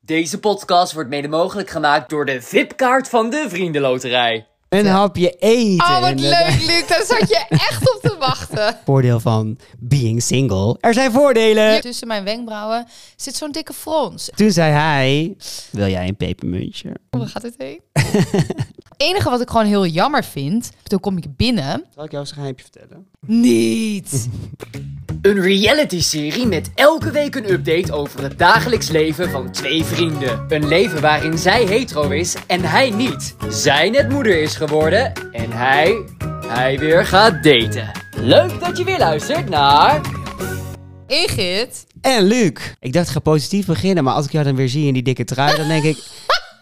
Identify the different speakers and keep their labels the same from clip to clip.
Speaker 1: Deze podcast wordt mede mogelijk gemaakt door de VIP-kaart van de Vriendenloterij.
Speaker 2: Een hapje eten.
Speaker 3: Oh, wat
Speaker 2: En, eh,
Speaker 3: leuk, Luc. Daar zat je echt op te wachten.
Speaker 2: Voordeel van being single. Er zijn voordelen.
Speaker 3: Hier tussen mijn wenkbrauwen zit zo'n dikke frons.
Speaker 2: Toen zei hij, wil jij een pepermuntje?
Speaker 3: Waar gaat het heen? Het enige wat ik gewoon heel jammer vind, toen kom ik binnen.
Speaker 2: Zal ik jou een geheimje vertellen?
Speaker 3: Niet.
Speaker 2: Mm.
Speaker 1: Een reality-serie met elke week een update over het dagelijks leven van twee vrienden. Een leven waarin zij hetero is en hij niet. Zij net moeder is geworden en hij, hij weer gaat daten. Leuk dat je weer luistert naar...
Speaker 3: Ingrid.
Speaker 2: En Luc. Ik dacht, ik ga positief beginnen, maar als ik jou dan weer zie in die dikke trui, dan denk ik,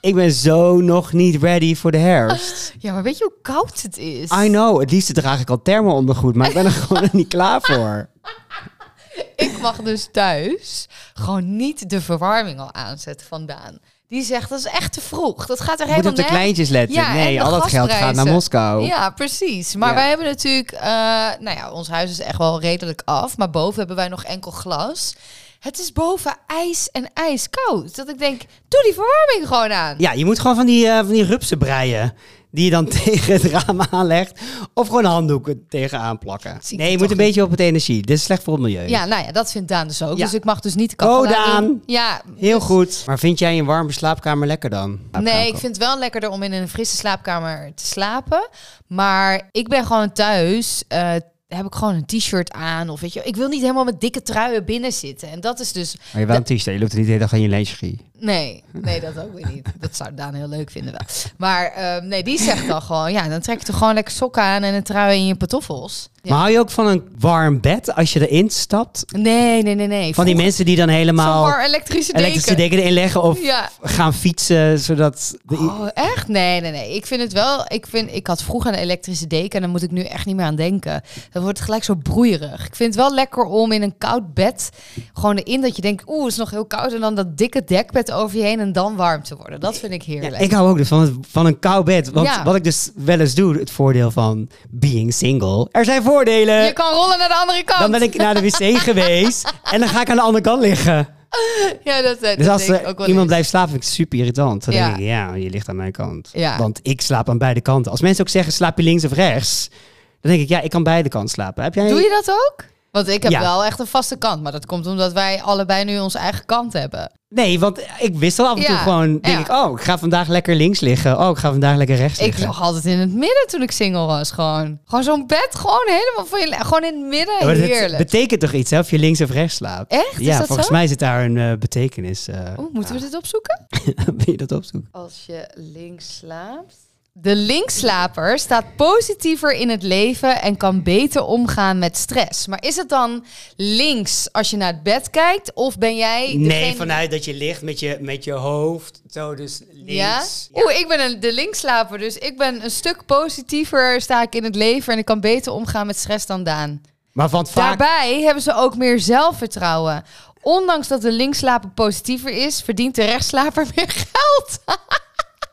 Speaker 2: ik ben zo nog niet ready voor de herfst.
Speaker 3: Ja, maar weet je hoe koud het is?
Speaker 2: I know, het liefste draag ik al thermo ondergoed, maar ik ben er gewoon niet klaar voor.
Speaker 3: Ik mag dus thuis gewoon niet de verwarming al aanzetten vandaan. Die zegt, dat is echt te vroeg. Dat gaat er
Speaker 2: Moet
Speaker 3: helemaal
Speaker 2: op de
Speaker 3: nergens-
Speaker 2: kleintjes letten.
Speaker 3: Ja, en
Speaker 2: nee,
Speaker 3: de
Speaker 2: al dat geld gaat
Speaker 3: gasprijzen.
Speaker 2: naar Moskou.
Speaker 3: Ja, precies. Maar
Speaker 2: Ja.
Speaker 3: wij hebben natuurlijk, eh, nou ja, ons huis is echt wel redelijk af. Maar boven hebben wij nog enkel glas. Het is boven ijs en ijskoud. Dat ik denk, doe die verwarming gewoon aan.
Speaker 2: Ja, je moet gewoon van die, eh, van die rupsen breien. Die je dan tegen het raam aanlegt. Of gewoon handdoeken tegenaan plakken.
Speaker 3: Zie ik
Speaker 2: Nee, je
Speaker 3: toch
Speaker 2: moet een
Speaker 3: niet.
Speaker 2: beetje op het energie. Dit is slecht voor het milieu.
Speaker 3: Ja, nou ja, dat vindt Daan dus ook.
Speaker 2: Ja.
Speaker 3: Dus ik mag dus niet de
Speaker 2: Oh,
Speaker 3: kachel aan
Speaker 2: Daan.
Speaker 3: doen. Ja,
Speaker 2: Heel
Speaker 3: dus-
Speaker 2: goed. Maar vind jij een warme slaapkamer lekker dan?
Speaker 3: Nee, ik vind het wel lekkerder om in een frisse slaapkamer te slapen. Maar ik ben gewoon thuis. eh, heb ik gewoon een t-shirt aan. Of weet je, ik wil niet helemaal met dikke truien binnen zitten. En dat is dus.
Speaker 2: Maar je wel een t-shirt. Je loopt er niet de hele dag in je lingerie.
Speaker 3: Nee, nee, dat ook weer niet. Dat zou Daan heel leuk vinden wel. Maar ehm, nee, die zegt dan gewoon, ja, dan trek je er gewoon lekker sokken aan en een trui in je pantoffels. Ja.
Speaker 2: Maar hou je ook van een warm bed als je erin stapt?
Speaker 3: Nee, nee, nee, nee.
Speaker 2: Van die mensen die dan
Speaker 3: Zo'n
Speaker 2: helemaal
Speaker 3: warm elektrische deken.
Speaker 2: elektrische deken erin leggen of
Speaker 3: Ja.
Speaker 2: gaan fietsen zodat... de-
Speaker 3: Oh, echt? Nee, nee, nee. Ik vind het wel. Ik, vind, ik had vroeger een elektrische deken en daar moet ik nu echt niet meer aan denken. Dan wordt het gelijk zo broeierig. Ik vind het wel lekker om in een koud bed gewoon erin dat je denkt, oeh, het is nog heel koud. En dan dat dikke dekbed over je heen en dan warm te worden. Dat vind ik heerlijk.
Speaker 2: Ja, ik hou ook dus van, het- van een koud bed. Want
Speaker 3: Ja.
Speaker 2: wat ik dus wel eens doe, het voordeel van being single. Er zijn voordelen.
Speaker 3: Je kan rollen naar de andere kant.
Speaker 2: eh, Dan ben ik naar de wc geweest en dan ga ik aan de andere kant liggen.
Speaker 3: Ja, dat, eh, dat
Speaker 2: Dus als
Speaker 3: denk ik
Speaker 2: er
Speaker 3: ook wel
Speaker 2: iemand
Speaker 3: eens.
Speaker 2: blijft slapen, vind ik het super irritant. Dan
Speaker 3: Ja.
Speaker 2: denk ik, ja, je ligt aan mijn kant.
Speaker 3: Ja.
Speaker 2: Want ik slaap aan beide kanten. Als mensen ook zeggen, slaap je links of rechts? Dan denk ik, ja, ik kan beide kanten slapen. Heb jij...
Speaker 3: Doe je dat ook? Want ik heb
Speaker 2: Ja.
Speaker 3: wel echt een vaste kant, maar dat komt omdat wij allebei nu onze eigen kant hebben.
Speaker 2: Nee, want ik wist al af en toe
Speaker 3: Ja.
Speaker 2: gewoon, denk
Speaker 3: Ja.
Speaker 2: ik, oh, ik ga vandaag lekker links liggen. Oh, ik ga vandaag lekker rechts
Speaker 3: Ik
Speaker 2: liggen.
Speaker 3: lag altijd in het midden toen ik single was, gewoon. Gewoon zo'n bed, gewoon helemaal voor je, li- gewoon in het midden,
Speaker 2: Maar dat
Speaker 3: heerlijk.
Speaker 2: betekent toch iets, hè? Of je links of rechts slaapt?
Speaker 3: Echt? Is
Speaker 2: Ja,
Speaker 3: dat
Speaker 2: volgens
Speaker 3: zo? Oh.
Speaker 2: mij zit daar een eh, betekenis. eh
Speaker 3: Oeh, moeten we dit opzoeken?
Speaker 2: wil je dat opzoeken?
Speaker 3: Als je links slaapt. De linkslaper staat positiever in het leven en kan beter omgaan met stress. Maar is het dan links als je naar het bed kijkt? Of ben jij.
Speaker 2: Nee,
Speaker 3: degene-
Speaker 2: vanuit dat je ligt met je, met je hoofd, zo dus
Speaker 3: Ja?
Speaker 2: links.
Speaker 3: Oeh, ik ben een, de linkslaper, dus ik ben een stuk positiever sta ik in het leven en ik kan beter omgaan met stress dan Daan.
Speaker 2: Maar van vaak...
Speaker 3: Daarbij hebben ze ook meer zelfvertrouwen. Ondanks dat de linkslaper positiever is, verdient de rechtslaper meer geld.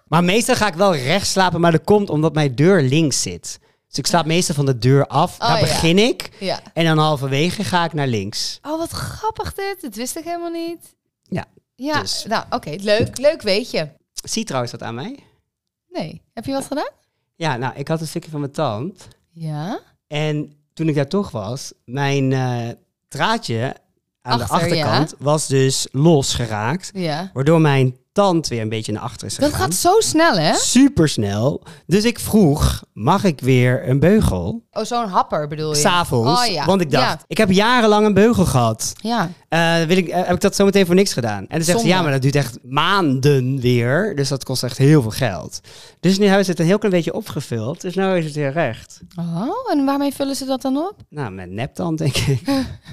Speaker 2: Maar meestal ga ik wel rechts slapen, maar dat komt omdat mijn deur links zit. Dus ik slaap meestal van de deur af.
Speaker 3: Oh,
Speaker 2: Daar
Speaker 3: ja.
Speaker 2: begin ik.
Speaker 3: Ja.
Speaker 2: En dan halverwege ga ik naar links.
Speaker 3: Oh, wat grappig dit. Dat wist ik helemaal niet.
Speaker 2: Ja.
Speaker 3: Ja,
Speaker 2: Dus.
Speaker 3: nou oké, leuk. Leuk weet je.
Speaker 2: Zie trouwens dat aan mij?
Speaker 3: Nee. Heb je wat gedaan?
Speaker 2: Ja, nou, ik had een stukje van mijn tand.
Speaker 3: Ja.
Speaker 2: En toen ik daar toch was, mijn eh, draadje aan de
Speaker 3: Achter, ja.
Speaker 2: achterkant was dus losgeraakt.
Speaker 3: Ja.
Speaker 2: Waardoor mijn tand weer een beetje naar achter is
Speaker 3: Dat
Speaker 2: gegaan.
Speaker 3: gaat zo snel, hè?
Speaker 2: super snel. Dus ik vroeg, mag ik weer een beugel?
Speaker 3: Oh, zo'n happer bedoel je?
Speaker 2: S'avonds.
Speaker 3: Oh, ja.
Speaker 2: Want ik dacht, ik heb jarenlang een beugel gehad.
Speaker 3: Ja.
Speaker 2: Eh, wil ik, eh, heb ik dat zometeen voor niks gedaan? En dan zegt ze,
Speaker 3: Zonde.
Speaker 2: ja, maar dat duurt echt maanden weer. Dus dat kost echt heel veel geld. Dus nu hebben ze het een heel klein beetje opgevuld. Dus nu is het weer recht.
Speaker 3: ja. Oh, en waarmee vullen ze dat dan op?
Speaker 2: Nou, met neptand, denk ik.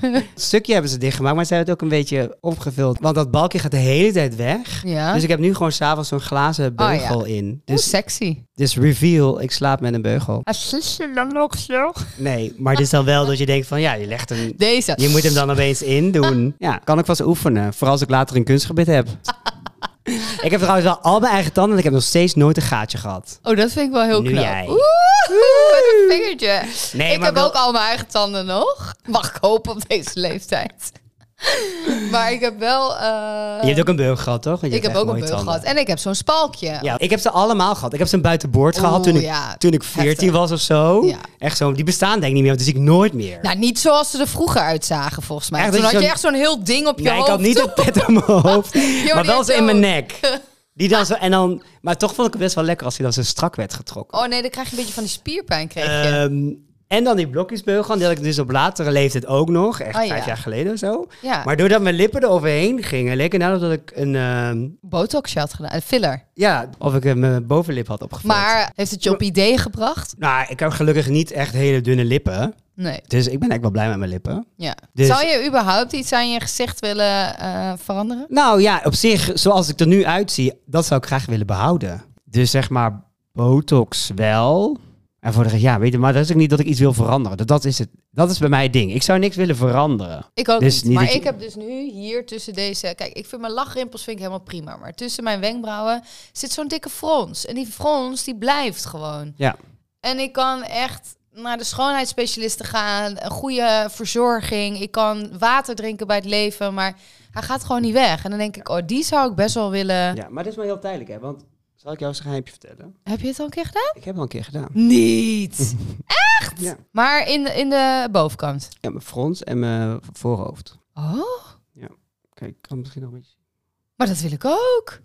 Speaker 2: het stukje hebben ze dichtgemaakt, maar ze hebben het ook een beetje opgevuld. Want dat balkje gaat de hele tijd weg.
Speaker 3: Ja.
Speaker 2: Dus ik heb nu gewoon s'avonds zo'n glazen
Speaker 3: Oh, ja.
Speaker 2: beugel in.
Speaker 3: Hoe
Speaker 2: Dus,
Speaker 3: sexy.
Speaker 2: dus reveal, ik slaap met een beugel.
Speaker 3: Assist Ah, je dan ook zo?
Speaker 2: Nee, maar het is dan wel dat je denkt van, ja, je legt hem...
Speaker 3: Deze.
Speaker 2: Je moet hem dan opeens indoen. Ja, kan ik vast oefenen. Vooral als ik later een kunstgebit heb. ik heb trouwens wel al mijn eigen tanden en ik heb nog steeds nooit een gaatje gehad.
Speaker 3: Oh, dat vind ik wel heel
Speaker 2: Nu
Speaker 3: knap.
Speaker 2: jij.
Speaker 3: Oeh, met een vingertje.
Speaker 2: Nee,
Speaker 3: ik
Speaker 2: maar
Speaker 3: heb
Speaker 2: wel-
Speaker 3: ook al mijn eigen tanden nog. Mag ik hopen op deze leeftijd. Maar ik heb wel... eh,
Speaker 2: Je hebt ook een beul gehad, toch? Want je
Speaker 3: ik
Speaker 2: hebt
Speaker 3: heb
Speaker 2: echt
Speaker 3: ook een
Speaker 2: mooie
Speaker 3: beul
Speaker 2: tanden.
Speaker 3: gehad. En ik heb zo'n spalkje.
Speaker 2: Ja, ik heb ze allemaal gehad. Ik heb ze een buitenboord gehad toen
Speaker 3: Oeh,
Speaker 2: ik,
Speaker 3: ja.
Speaker 2: toen ik 14
Speaker 3: Heftig.
Speaker 2: was of zo.
Speaker 3: Ja.
Speaker 2: Echt zo, die bestaan denk ik niet meer, want die zie ik nooit meer.
Speaker 3: Nou, niet zoals ze er vroeger uitzagen, volgens mij.
Speaker 2: Echt,
Speaker 3: Toen
Speaker 2: dat
Speaker 3: had
Speaker 2: je
Speaker 3: je
Speaker 2: zo'n-
Speaker 3: echt zo'n heel ding op je
Speaker 2: Nee, ik
Speaker 3: hoofd.
Speaker 2: had niet een pet op mijn hoofd, maar
Speaker 3: die
Speaker 2: wel
Speaker 3: had
Speaker 2: zo
Speaker 3: ik
Speaker 2: in mijn
Speaker 3: ook.
Speaker 2: nek. Die dan zo, en dan, maar toch vond ik het best wel lekker als die dan zo strak werd getrokken.
Speaker 3: Oh nee, dan krijg je een beetje van die spierpijn, kreeg je.
Speaker 2: Ehm, en dan die blokjesbeugel, die had ik dus op latere leeftijd ook nog. Echt
Speaker 3: Oh, ja.
Speaker 2: vijf jaar geleden of zo.
Speaker 3: Ja.
Speaker 2: Maar doordat mijn lippen er overheen gingen, leek het nou dat ik een, ehm,
Speaker 3: Botoxje had gedaan, een filler.
Speaker 2: ja, of ik eh, mijn bovenlip had opgevuld.
Speaker 3: Maar heeft het je op idee gebracht?
Speaker 2: Nou, ik heb gelukkig niet echt hele dunne lippen.
Speaker 3: Nee.
Speaker 2: Dus ik ben echt wel blij met mijn lippen.
Speaker 3: Ja.
Speaker 2: Dus-
Speaker 3: Zou je überhaupt iets aan je gezicht willen eh, veranderen?
Speaker 2: Nou ja, op zich, zoals ik er nu uitzie, dat zou ik graag willen behouden. Dus zeg maar, botox wel. En voor de rest, ja, weet je, maar dat is ook niet dat ik iets wil veranderen. Dat, dat, is, het, dat is bij mij het ding. Ik zou niks willen veranderen.
Speaker 3: Ik ook
Speaker 2: Dus
Speaker 3: niet.
Speaker 2: niet
Speaker 3: maar
Speaker 2: dat je-
Speaker 3: ik heb dus nu hier tussen deze... Kijk, ik vind mijn lachrimpels vind ik helemaal prima. Maar tussen mijn wenkbrauwen zit zo'n dikke frons. En die frons, die blijft gewoon.
Speaker 2: Ja.
Speaker 3: En ik kan echt naar de schoonheidsspecialisten gaan. Een goede verzorging. Ik kan water drinken bij het leven. Maar hij gaat gewoon niet weg. En dan denk ik, oh, die zou ik best wel willen...
Speaker 2: ja, maar dat is maar heel tijdelijk, hè? Want zal ik jou eens een geheimje vertellen?
Speaker 3: Heb je het al een keer gedaan?
Speaker 2: Ik heb al een keer gedaan.
Speaker 3: Niet! Echt?
Speaker 2: Ja.
Speaker 3: Maar in de, in de bovenkant.
Speaker 2: Ja, mijn frons en mijn voorhoofd.
Speaker 3: Oh,
Speaker 2: Kijk, ik kan misschien nog een beetje.
Speaker 3: maar dat wil ik ook.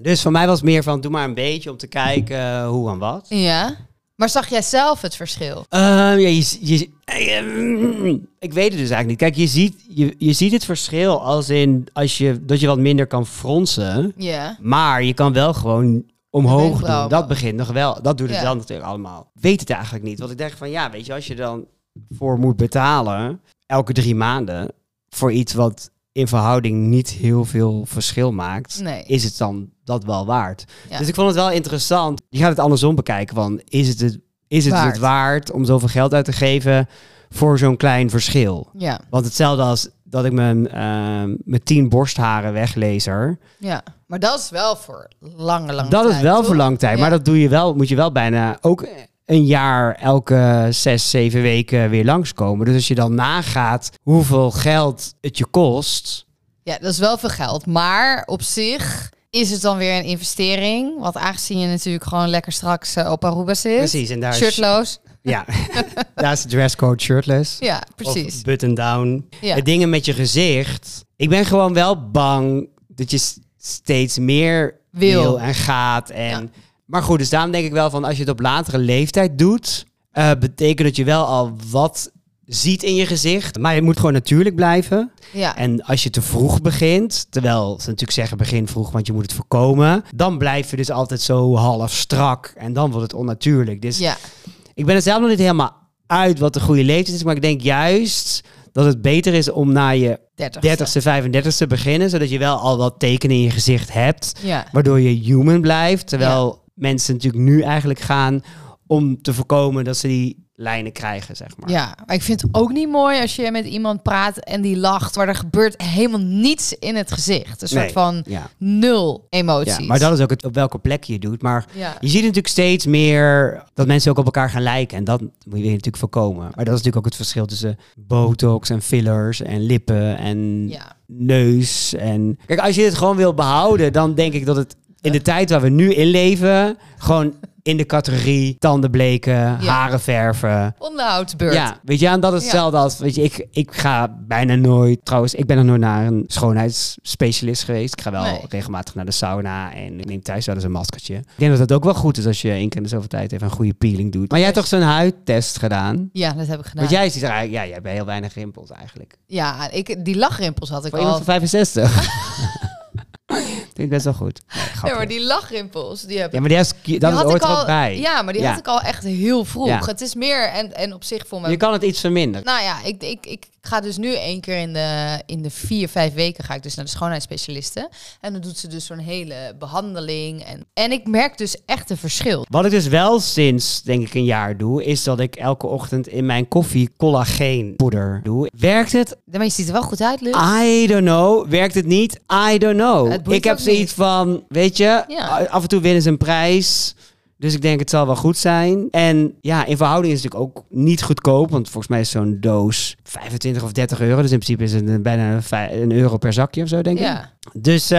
Speaker 2: Dus voor mij was het meer van, doe maar een beetje om te kijken eh, hoe en wat.
Speaker 3: Ja. Maar zag jij zelf het verschil?
Speaker 2: Ehm, ja, je, je, eh, ik weet het dus eigenlijk niet. Kijk, je ziet, je, je ziet het verschil als in als je, dat je wat minder kan fronsen.
Speaker 3: Ja.
Speaker 2: Maar je kan wel gewoon omhoog doen.
Speaker 3: wenkbrauwen.
Speaker 2: Dat begint nog wel. Dat doet het
Speaker 3: Ja.
Speaker 2: dan natuurlijk allemaal. Ik Weet het eigenlijk niet. Want ik denk van ja, weet je, als je dan voor moet betalen elke drie maanden voor iets wat in verhouding niet heel veel verschil maakt
Speaker 3: Nee.
Speaker 2: is het dan dat wel waard?
Speaker 3: Ja.
Speaker 2: Dus ik vond het wel interessant. Je gaat het andersom bekijken. Van, is het het, is het,
Speaker 3: Waard.
Speaker 2: het waard om zoveel geld uit te geven voor zo'n klein verschil?
Speaker 3: Ja.
Speaker 2: Want hetzelfde als dat ik mijn, ehm, mijn tien borstharen weglezer.
Speaker 3: Ja. Maar dat is wel voor lange, lange
Speaker 2: Dat
Speaker 3: tijd.
Speaker 2: is wel
Speaker 3: toch?
Speaker 2: voor lang tijd.
Speaker 3: Ja.
Speaker 2: Maar dat doe je wel, moet je wel bijna ook een jaar elke zes, zeven weken weer langskomen. Dus als je dan nagaat hoeveel geld het je kost.
Speaker 3: Ja, dat is wel veel geld. Maar op zich is het dan weer een investering. Want aangezien je natuurlijk gewoon lekker straks eh, op Aruba zit.
Speaker 2: Precies, en daar is-
Speaker 3: Shirtloos.
Speaker 2: Ja, daar is de dresscode shirtless.
Speaker 3: Ja, precies.
Speaker 2: Of button down.
Speaker 3: Ja.
Speaker 2: Het dingen met je gezicht. Ik ben gewoon wel bang dat je s- steeds meer wil,
Speaker 3: Wil.
Speaker 2: en gaat. En... Maar goed, dus daarom denk ik wel van als je het op latere leeftijd doet, eh, betekent dat je wel al wat ziet in je gezicht. Maar het moet gewoon natuurlijk blijven.
Speaker 3: Ja.
Speaker 2: En als je te vroeg begint, terwijl ze natuurlijk zeggen begin vroeg, want je moet het voorkomen, dan blijf je dus altijd zo half strak en dan wordt het onnatuurlijk. Dus
Speaker 3: ja.
Speaker 2: ik ben er zelf nog niet helemaal uit wat de goede leeftijd is. Maar ik denk juist dat het beter is om na je
Speaker 3: 30.
Speaker 2: 30ste, 35ste te beginnen. Zodat je wel al wat tekenen in je gezicht hebt.
Speaker 3: Ja.
Speaker 2: Waardoor je human blijft. Terwijl mensen natuurlijk nu eigenlijk gaan om te voorkomen dat ze die lijnen krijgen, zeg maar.
Speaker 3: Ja, maar ik vind het ook niet mooi als je met iemand praat en die lacht, waar er gebeurt helemaal niets in het gezicht. Een soort
Speaker 2: Nee,
Speaker 3: van
Speaker 2: ja.
Speaker 3: nul emoties.
Speaker 2: Ja, maar dat is ook het, op welke plek je het doet. Maar
Speaker 3: Ja.
Speaker 2: je ziet natuurlijk steeds meer dat mensen ook op elkaar gaan lijken. En dat moet je natuurlijk voorkomen. Maar dat is natuurlijk ook het verschil tussen botox en fillers en lippen en
Speaker 3: Ja.
Speaker 2: neus. En... Kijk, als je dit gewoon wil behouden, dan denk ik dat het in de tijd waar we nu in leven, gewoon in de categorie tanden bleken, haren verven.
Speaker 3: Onderhoudsbeurt.
Speaker 2: Ja, weet je, en dat is
Speaker 3: Ja.
Speaker 2: hetzelfde als, weet je, ik, ik ga bijna nooit, trouwens, ik ben nog nooit naar een schoonheidsspecialist geweest. Ik ga wel
Speaker 3: Nee.
Speaker 2: regelmatig naar de sauna en ik neem thuis wel eens een maskertje. Ik denk dat dat ook wel goed is als je één keer in de zoveel tijd even een goede peeling doet. Maar jij hebt toch zo'n huidtest gedaan?
Speaker 3: Ja, dat heb ik gedaan.
Speaker 2: Want jij ziet er eigenlijk, ja, jij hebt heel weinig rimpels eigenlijk.
Speaker 3: Ja, ik, die lachrimpels had ik
Speaker 2: Voor
Speaker 3: al.
Speaker 2: iemand van 65. Vind ik best wel goed. Nee,
Speaker 3: Nee,
Speaker 2: grapje.
Speaker 3: maar die lachrimpels, die heb ik.
Speaker 2: Ja, maar die is, dat
Speaker 3: die
Speaker 2: is
Speaker 3: had
Speaker 2: ooit
Speaker 3: ik
Speaker 2: er
Speaker 3: al,
Speaker 2: ook bij.
Speaker 3: Ja, maar die had ik al echt heel vroeg.
Speaker 2: Ja.
Speaker 3: Het is meer en, en op zich voor mijn
Speaker 2: Je kan het iets verminderen.
Speaker 3: Nou ja, ik, ik, ik ga dus nu één keer in de, in de vier, vijf weken ga ik dus naar de schoonheidsspecialiste. En dan doet ze dus zo'n hele behandeling. En, en ik merk dus echt een verschil.
Speaker 2: Wat ik dus wel sinds, denk ik, een jaar doe, is dat ik elke ochtend in mijn koffie collageenpoeder doe. Werkt het?
Speaker 3: Ja, Maar je ziet er wel goed uit,
Speaker 2: Ah,
Speaker 3: Luc.
Speaker 2: I don't know. Werkt het niet? I don't know.
Speaker 3: Het boeit
Speaker 2: ik heb
Speaker 3: ook
Speaker 2: zoiets
Speaker 3: niet.
Speaker 2: van, weet je,
Speaker 3: Ja.
Speaker 2: a- af en toe winnen ze een prijs. Dus ik denk het zal wel goed zijn. En ja, in verhouding is het natuurlijk ook niet goedkoop. Want volgens mij is zo'n doos 25 of 30 euro. Dus in principe is het een- bijna een, vij- een euro per zakje of zo, denk ik.
Speaker 3: Ja.
Speaker 2: Dus, eh,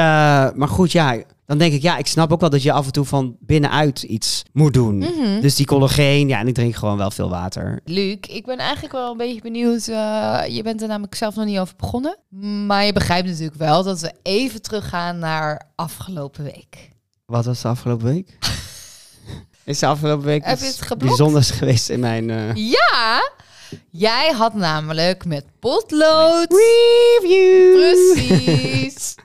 Speaker 2: maar goed, ja. Dan denk ik, ja, ik snap ook wel dat je af en toe van binnenuit iets moet doen.
Speaker 3: Mhm.
Speaker 2: Dus die collageen, ja, en ik drink gewoon wel veel water.
Speaker 3: Luc, ik ben eigenlijk wel een beetje benieuwd. eh, je bent er namelijk zelf nog niet over begonnen. Maar je begrijpt natuurlijk wel dat we even teruggaan naar afgelopen week.
Speaker 2: Wat was de afgelopen week? is de afgelopen week
Speaker 3: Heb
Speaker 2: iets
Speaker 3: je het geblokt?
Speaker 2: bijzonders geweest in mijn... eh,
Speaker 3: Ja, jij had namelijk met potlood.
Speaker 2: Review!
Speaker 3: Precies.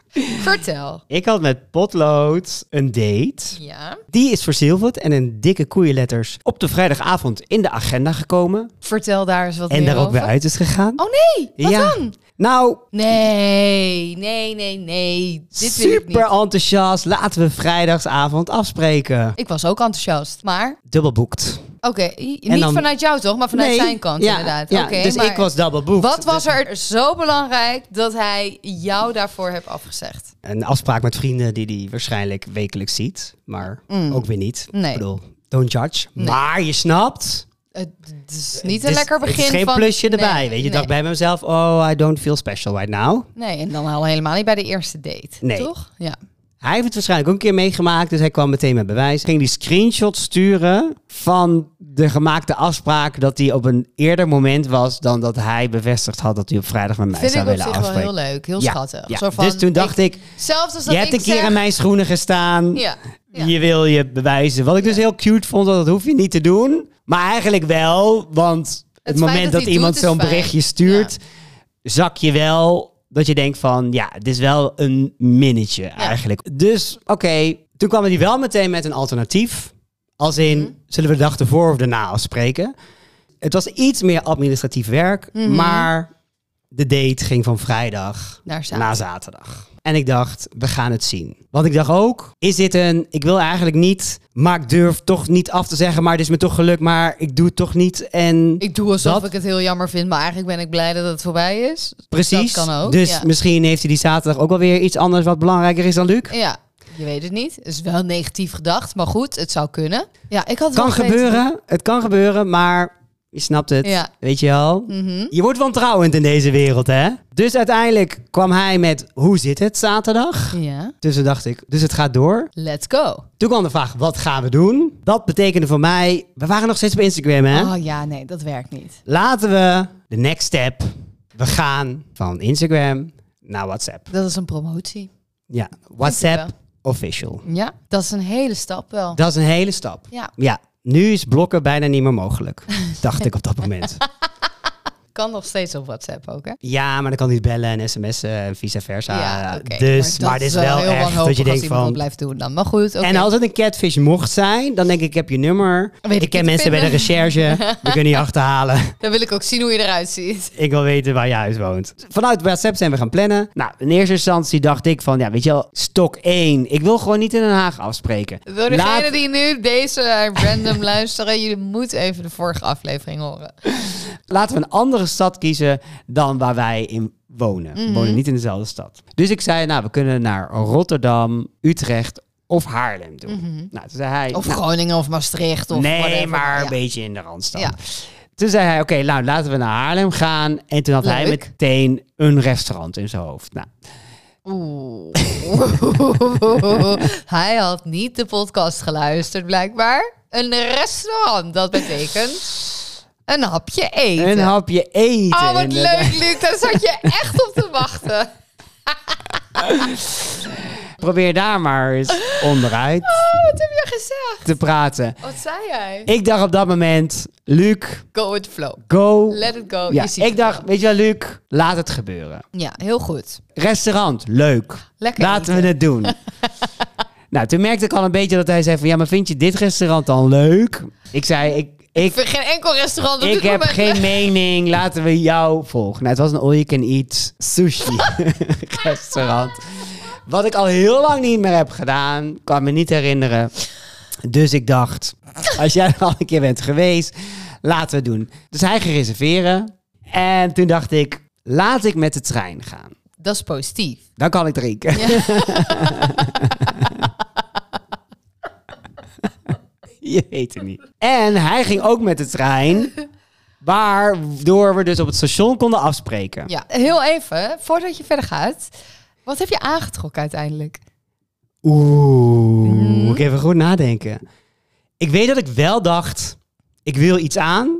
Speaker 3: Vertel.
Speaker 2: Ik had met potlood een date.
Speaker 3: Ja,
Speaker 2: Die is verzilverd en in dikke koeienletters op de vrijdagavond in de agenda gekomen.
Speaker 3: vertel daar eens wat
Speaker 2: En
Speaker 3: meer
Speaker 2: daar ook
Speaker 3: over.
Speaker 2: weer uit is gegaan.
Speaker 3: Oh nee, wat
Speaker 2: Ja.
Speaker 3: dan?
Speaker 2: Nou,
Speaker 3: Nee, nee, nee, nee. Dit wil ik
Speaker 2: super
Speaker 3: niet.
Speaker 2: enthousiast. Laten we vrijdagavond afspreken.
Speaker 3: Ik was ook enthousiast, maar
Speaker 2: Dubbel boekt.
Speaker 3: oké, niet
Speaker 2: dan-
Speaker 3: vanuit jou toch, maar vanuit zijn kant
Speaker 2: ja,
Speaker 3: inderdaad.
Speaker 2: Ja,
Speaker 3: Oké,
Speaker 2: dus
Speaker 3: maar
Speaker 2: ik was dus- double booked.
Speaker 3: Wat was er zo belangrijk dat hij jou daarvoor heeft afgezegd?
Speaker 2: Een afspraak met vrienden die hij waarschijnlijk wekelijks ziet. Maar ook weer niet.
Speaker 3: Mm. Nee.
Speaker 2: Ik bedoel, don't judge. Maar je snapt.
Speaker 3: Het het is niet
Speaker 2: Het
Speaker 3: een
Speaker 2: is-
Speaker 3: lekker begin
Speaker 2: Het is geen
Speaker 3: van...
Speaker 2: plusje
Speaker 3: Nee,
Speaker 2: erbij. Weet je, ik dacht
Speaker 3: nee.
Speaker 2: bij mezelf, oh, I don't feel special right now.
Speaker 3: Nee, en dan al helemaal niet bij de eerste date,
Speaker 2: Nee.
Speaker 3: toch? Ja.
Speaker 2: Hij heeft het waarschijnlijk ook een keer meegemaakt, dus hij kwam meteen met bewijs. Ging die screenshot sturen van de gemaakte afspraak dat hij op een eerder moment was dan dat hij bevestigd had dat hij op vrijdag met mij
Speaker 3: Vind ik
Speaker 2: zou
Speaker 3: op
Speaker 2: willen
Speaker 3: zich
Speaker 2: afspreken.
Speaker 3: wel heel leuk, heel
Speaker 2: Ja,
Speaker 3: schattig.
Speaker 2: ja.
Speaker 3: Zo van,
Speaker 2: dus toen dacht ik,
Speaker 3: Zelfs als dat
Speaker 2: je hebt
Speaker 3: ik
Speaker 2: een keer
Speaker 3: zeg-
Speaker 2: in mijn schoenen gestaan.
Speaker 3: Ja, ja.
Speaker 2: Je wil je bewijzen. Wat ik dus heel cute vond, want dat hoef je niet te doen. Maar eigenlijk wel, want het,
Speaker 3: feit
Speaker 2: moment dat,
Speaker 3: dat hij het
Speaker 2: iemand
Speaker 3: doet is
Speaker 2: zo'n
Speaker 3: fijn.
Speaker 2: berichtje stuurt, zak je wel dat je denkt van, ja, dit is wel een minnetje eigenlijk. Dus, oké, toen kwam hij wel meteen met een alternatief. Als in,
Speaker 3: Mhm.
Speaker 2: zullen we de dag ervoor of daarna afspreken? Het was iets meer administratief werk, maar de date ging van vrijdag
Speaker 3: Mhm. Naar
Speaker 2: na
Speaker 3: zaterdag.
Speaker 2: zaterdag. En ik dacht, we gaan het zien. Want ik dacht ook, is dit een, ik wil eigenlijk niet, maar ik durf toch niet af te zeggen, maar het is me toch gelukt, maar ik doe het toch niet. En
Speaker 3: Ik doe alsof
Speaker 2: Dat-
Speaker 3: ik het heel jammer vind, maar eigenlijk ben ik blij dat het voorbij is.
Speaker 2: precies.
Speaker 3: dat kan ook,
Speaker 2: dus
Speaker 3: ja.
Speaker 2: misschien heeft hij die zaterdag ook wel weer iets anders wat belangrijker is dan Luc.
Speaker 3: Ja, je weet het niet. Het is wel negatief gedacht, maar goed, het zou kunnen. Ja, ik had
Speaker 2: Kan
Speaker 3: wel geweten-
Speaker 2: gebeuren, het kan gebeuren, maar je snapt het,
Speaker 3: Ja. Mhm.
Speaker 2: weet je wel. Je wordt wantrouwend in deze wereld, hè? Dus uiteindelijk kwam hij met, hoe zit het zaterdag?
Speaker 3: Ja,
Speaker 2: Dus toen dacht ik, dus het gaat door.
Speaker 3: let's go.
Speaker 2: Toen kwam de vraag, wat gaan we doen? Dat betekende voor mij, we waren nog steeds op Instagram, hè?
Speaker 3: Oh ja, nee, dat werkt niet.
Speaker 2: Laten we de next step, we gaan van Instagram naar WhatsApp.
Speaker 3: Dat is een promotie.
Speaker 2: Ja, WhatsApp
Speaker 3: wel.
Speaker 2: official.
Speaker 3: Ja, dat is een hele stap wel.
Speaker 2: Dat is een hele stap.
Speaker 3: Ja,
Speaker 2: Ja, nu is blokken bijna niet meer mogelijk, dacht ik op dat moment.
Speaker 3: kan nog steeds op WhatsApp ook, hè?
Speaker 2: Ja, maar dan kan hij bellen en sms'en en vice versa.
Speaker 3: oké.
Speaker 2: Dus,
Speaker 3: dat
Speaker 2: maar, dit is
Speaker 3: wel
Speaker 2: wel
Speaker 3: heel
Speaker 2: echt dat
Speaker 3: wanhopig
Speaker 2: je
Speaker 3: als
Speaker 2: denkt
Speaker 3: iemand dat
Speaker 2: van...
Speaker 3: blijft doen dan. Maar goed, oké.
Speaker 2: En als het een catfish mocht zijn, dan denk ik, ik heb je nummer.
Speaker 3: Weet ik
Speaker 2: ik ken
Speaker 3: je te
Speaker 2: mensen bij de recherche, we kunnen je achterhalen.
Speaker 3: Dan wil ik ook zien hoe je eruit ziet.
Speaker 2: Ik wil weten waar je huis woont. Vanuit WhatsApp zijn we gaan plannen. Nou, in eerste instantie dacht ik van, ja, weet je wel, stok 1. Ik wil gewoon niet in Den Haag afspreken.
Speaker 3: Voor degenen
Speaker 2: Laat-
Speaker 3: die nu deze eh, random luisteren, jullie moeten even de vorige aflevering horen.
Speaker 2: Laten we een andere stad kiezen dan waar wij in wonen.
Speaker 3: Mhm.
Speaker 2: We wonen niet in dezelfde stad. Dus ik zei, nou, we kunnen naar Rotterdam, Utrecht of Haarlem doen. Nou, toen zei hij...
Speaker 3: Mhm. Of
Speaker 2: nou,
Speaker 3: Groningen of Maastricht of
Speaker 2: nee,
Speaker 3: whatever.
Speaker 2: maar
Speaker 3: Ja.
Speaker 2: een beetje in de randstad.
Speaker 3: Ja.
Speaker 2: Toen zei hij, oké, nou laten we naar Haarlem gaan. En toen had hij
Speaker 3: Leuk.
Speaker 2: meteen een restaurant in zijn hoofd. Nou,
Speaker 3: Oeh. Hij had niet de podcast geluisterd, blijkbaar. Een restaurant, dat betekent een hapje eten.
Speaker 2: een hapje eten.
Speaker 3: Oh, wat
Speaker 2: inderdaad.
Speaker 3: leuk, Luc. Daar zat je echt op te wachten.
Speaker 2: Probeer daar maar eens onderuit
Speaker 3: Oh, wat heb je gezegd?
Speaker 2: te praten.
Speaker 3: Wat zei jij?
Speaker 2: Ik dacht op dat moment, Luc,
Speaker 3: Go with the flow.
Speaker 2: go.
Speaker 3: Let it go.
Speaker 2: Ja,
Speaker 3: Je ziet
Speaker 2: ik
Speaker 3: het
Speaker 2: dacht,
Speaker 3: wel.
Speaker 2: weet je wel, Luc, laat het gebeuren.
Speaker 3: Ja, heel goed.
Speaker 2: Restaurant, leuk.
Speaker 3: Lekker
Speaker 2: Laten
Speaker 3: eten.
Speaker 2: we het doen. nou, toen merkte ik al een beetje dat hij zei van, ja, maar vind je dit restaurant dan leuk? Ik zei, ik,
Speaker 3: Ik
Speaker 2: ik,
Speaker 3: vind geen enkel restaurant op
Speaker 2: ik
Speaker 3: dit
Speaker 2: heb
Speaker 3: moment-
Speaker 2: geen mening, laten we jou volgen. Nou, het was een all-you-can-eat sushi restaurant. Wat ik al heel lang niet meer heb gedaan, kan me niet herinneren. Dus ik dacht, als jij er al een keer bent geweest, laten we het doen. Dus hij ging reserveren. En toen dacht ik, laat ik met de trein gaan.
Speaker 3: Dat is positief.
Speaker 2: Dan kan ik drinken. Ja, je weet het niet. En hij ging ook met de trein. Waardoor we dus op het station konden afspreken.
Speaker 3: Ja, heel even, voordat je verder gaat. Wat heb je aangetrokken uiteindelijk?
Speaker 2: Oeh, moet ik even goed nadenken. Ik weet dat ik wel dacht, ik wil iets aan.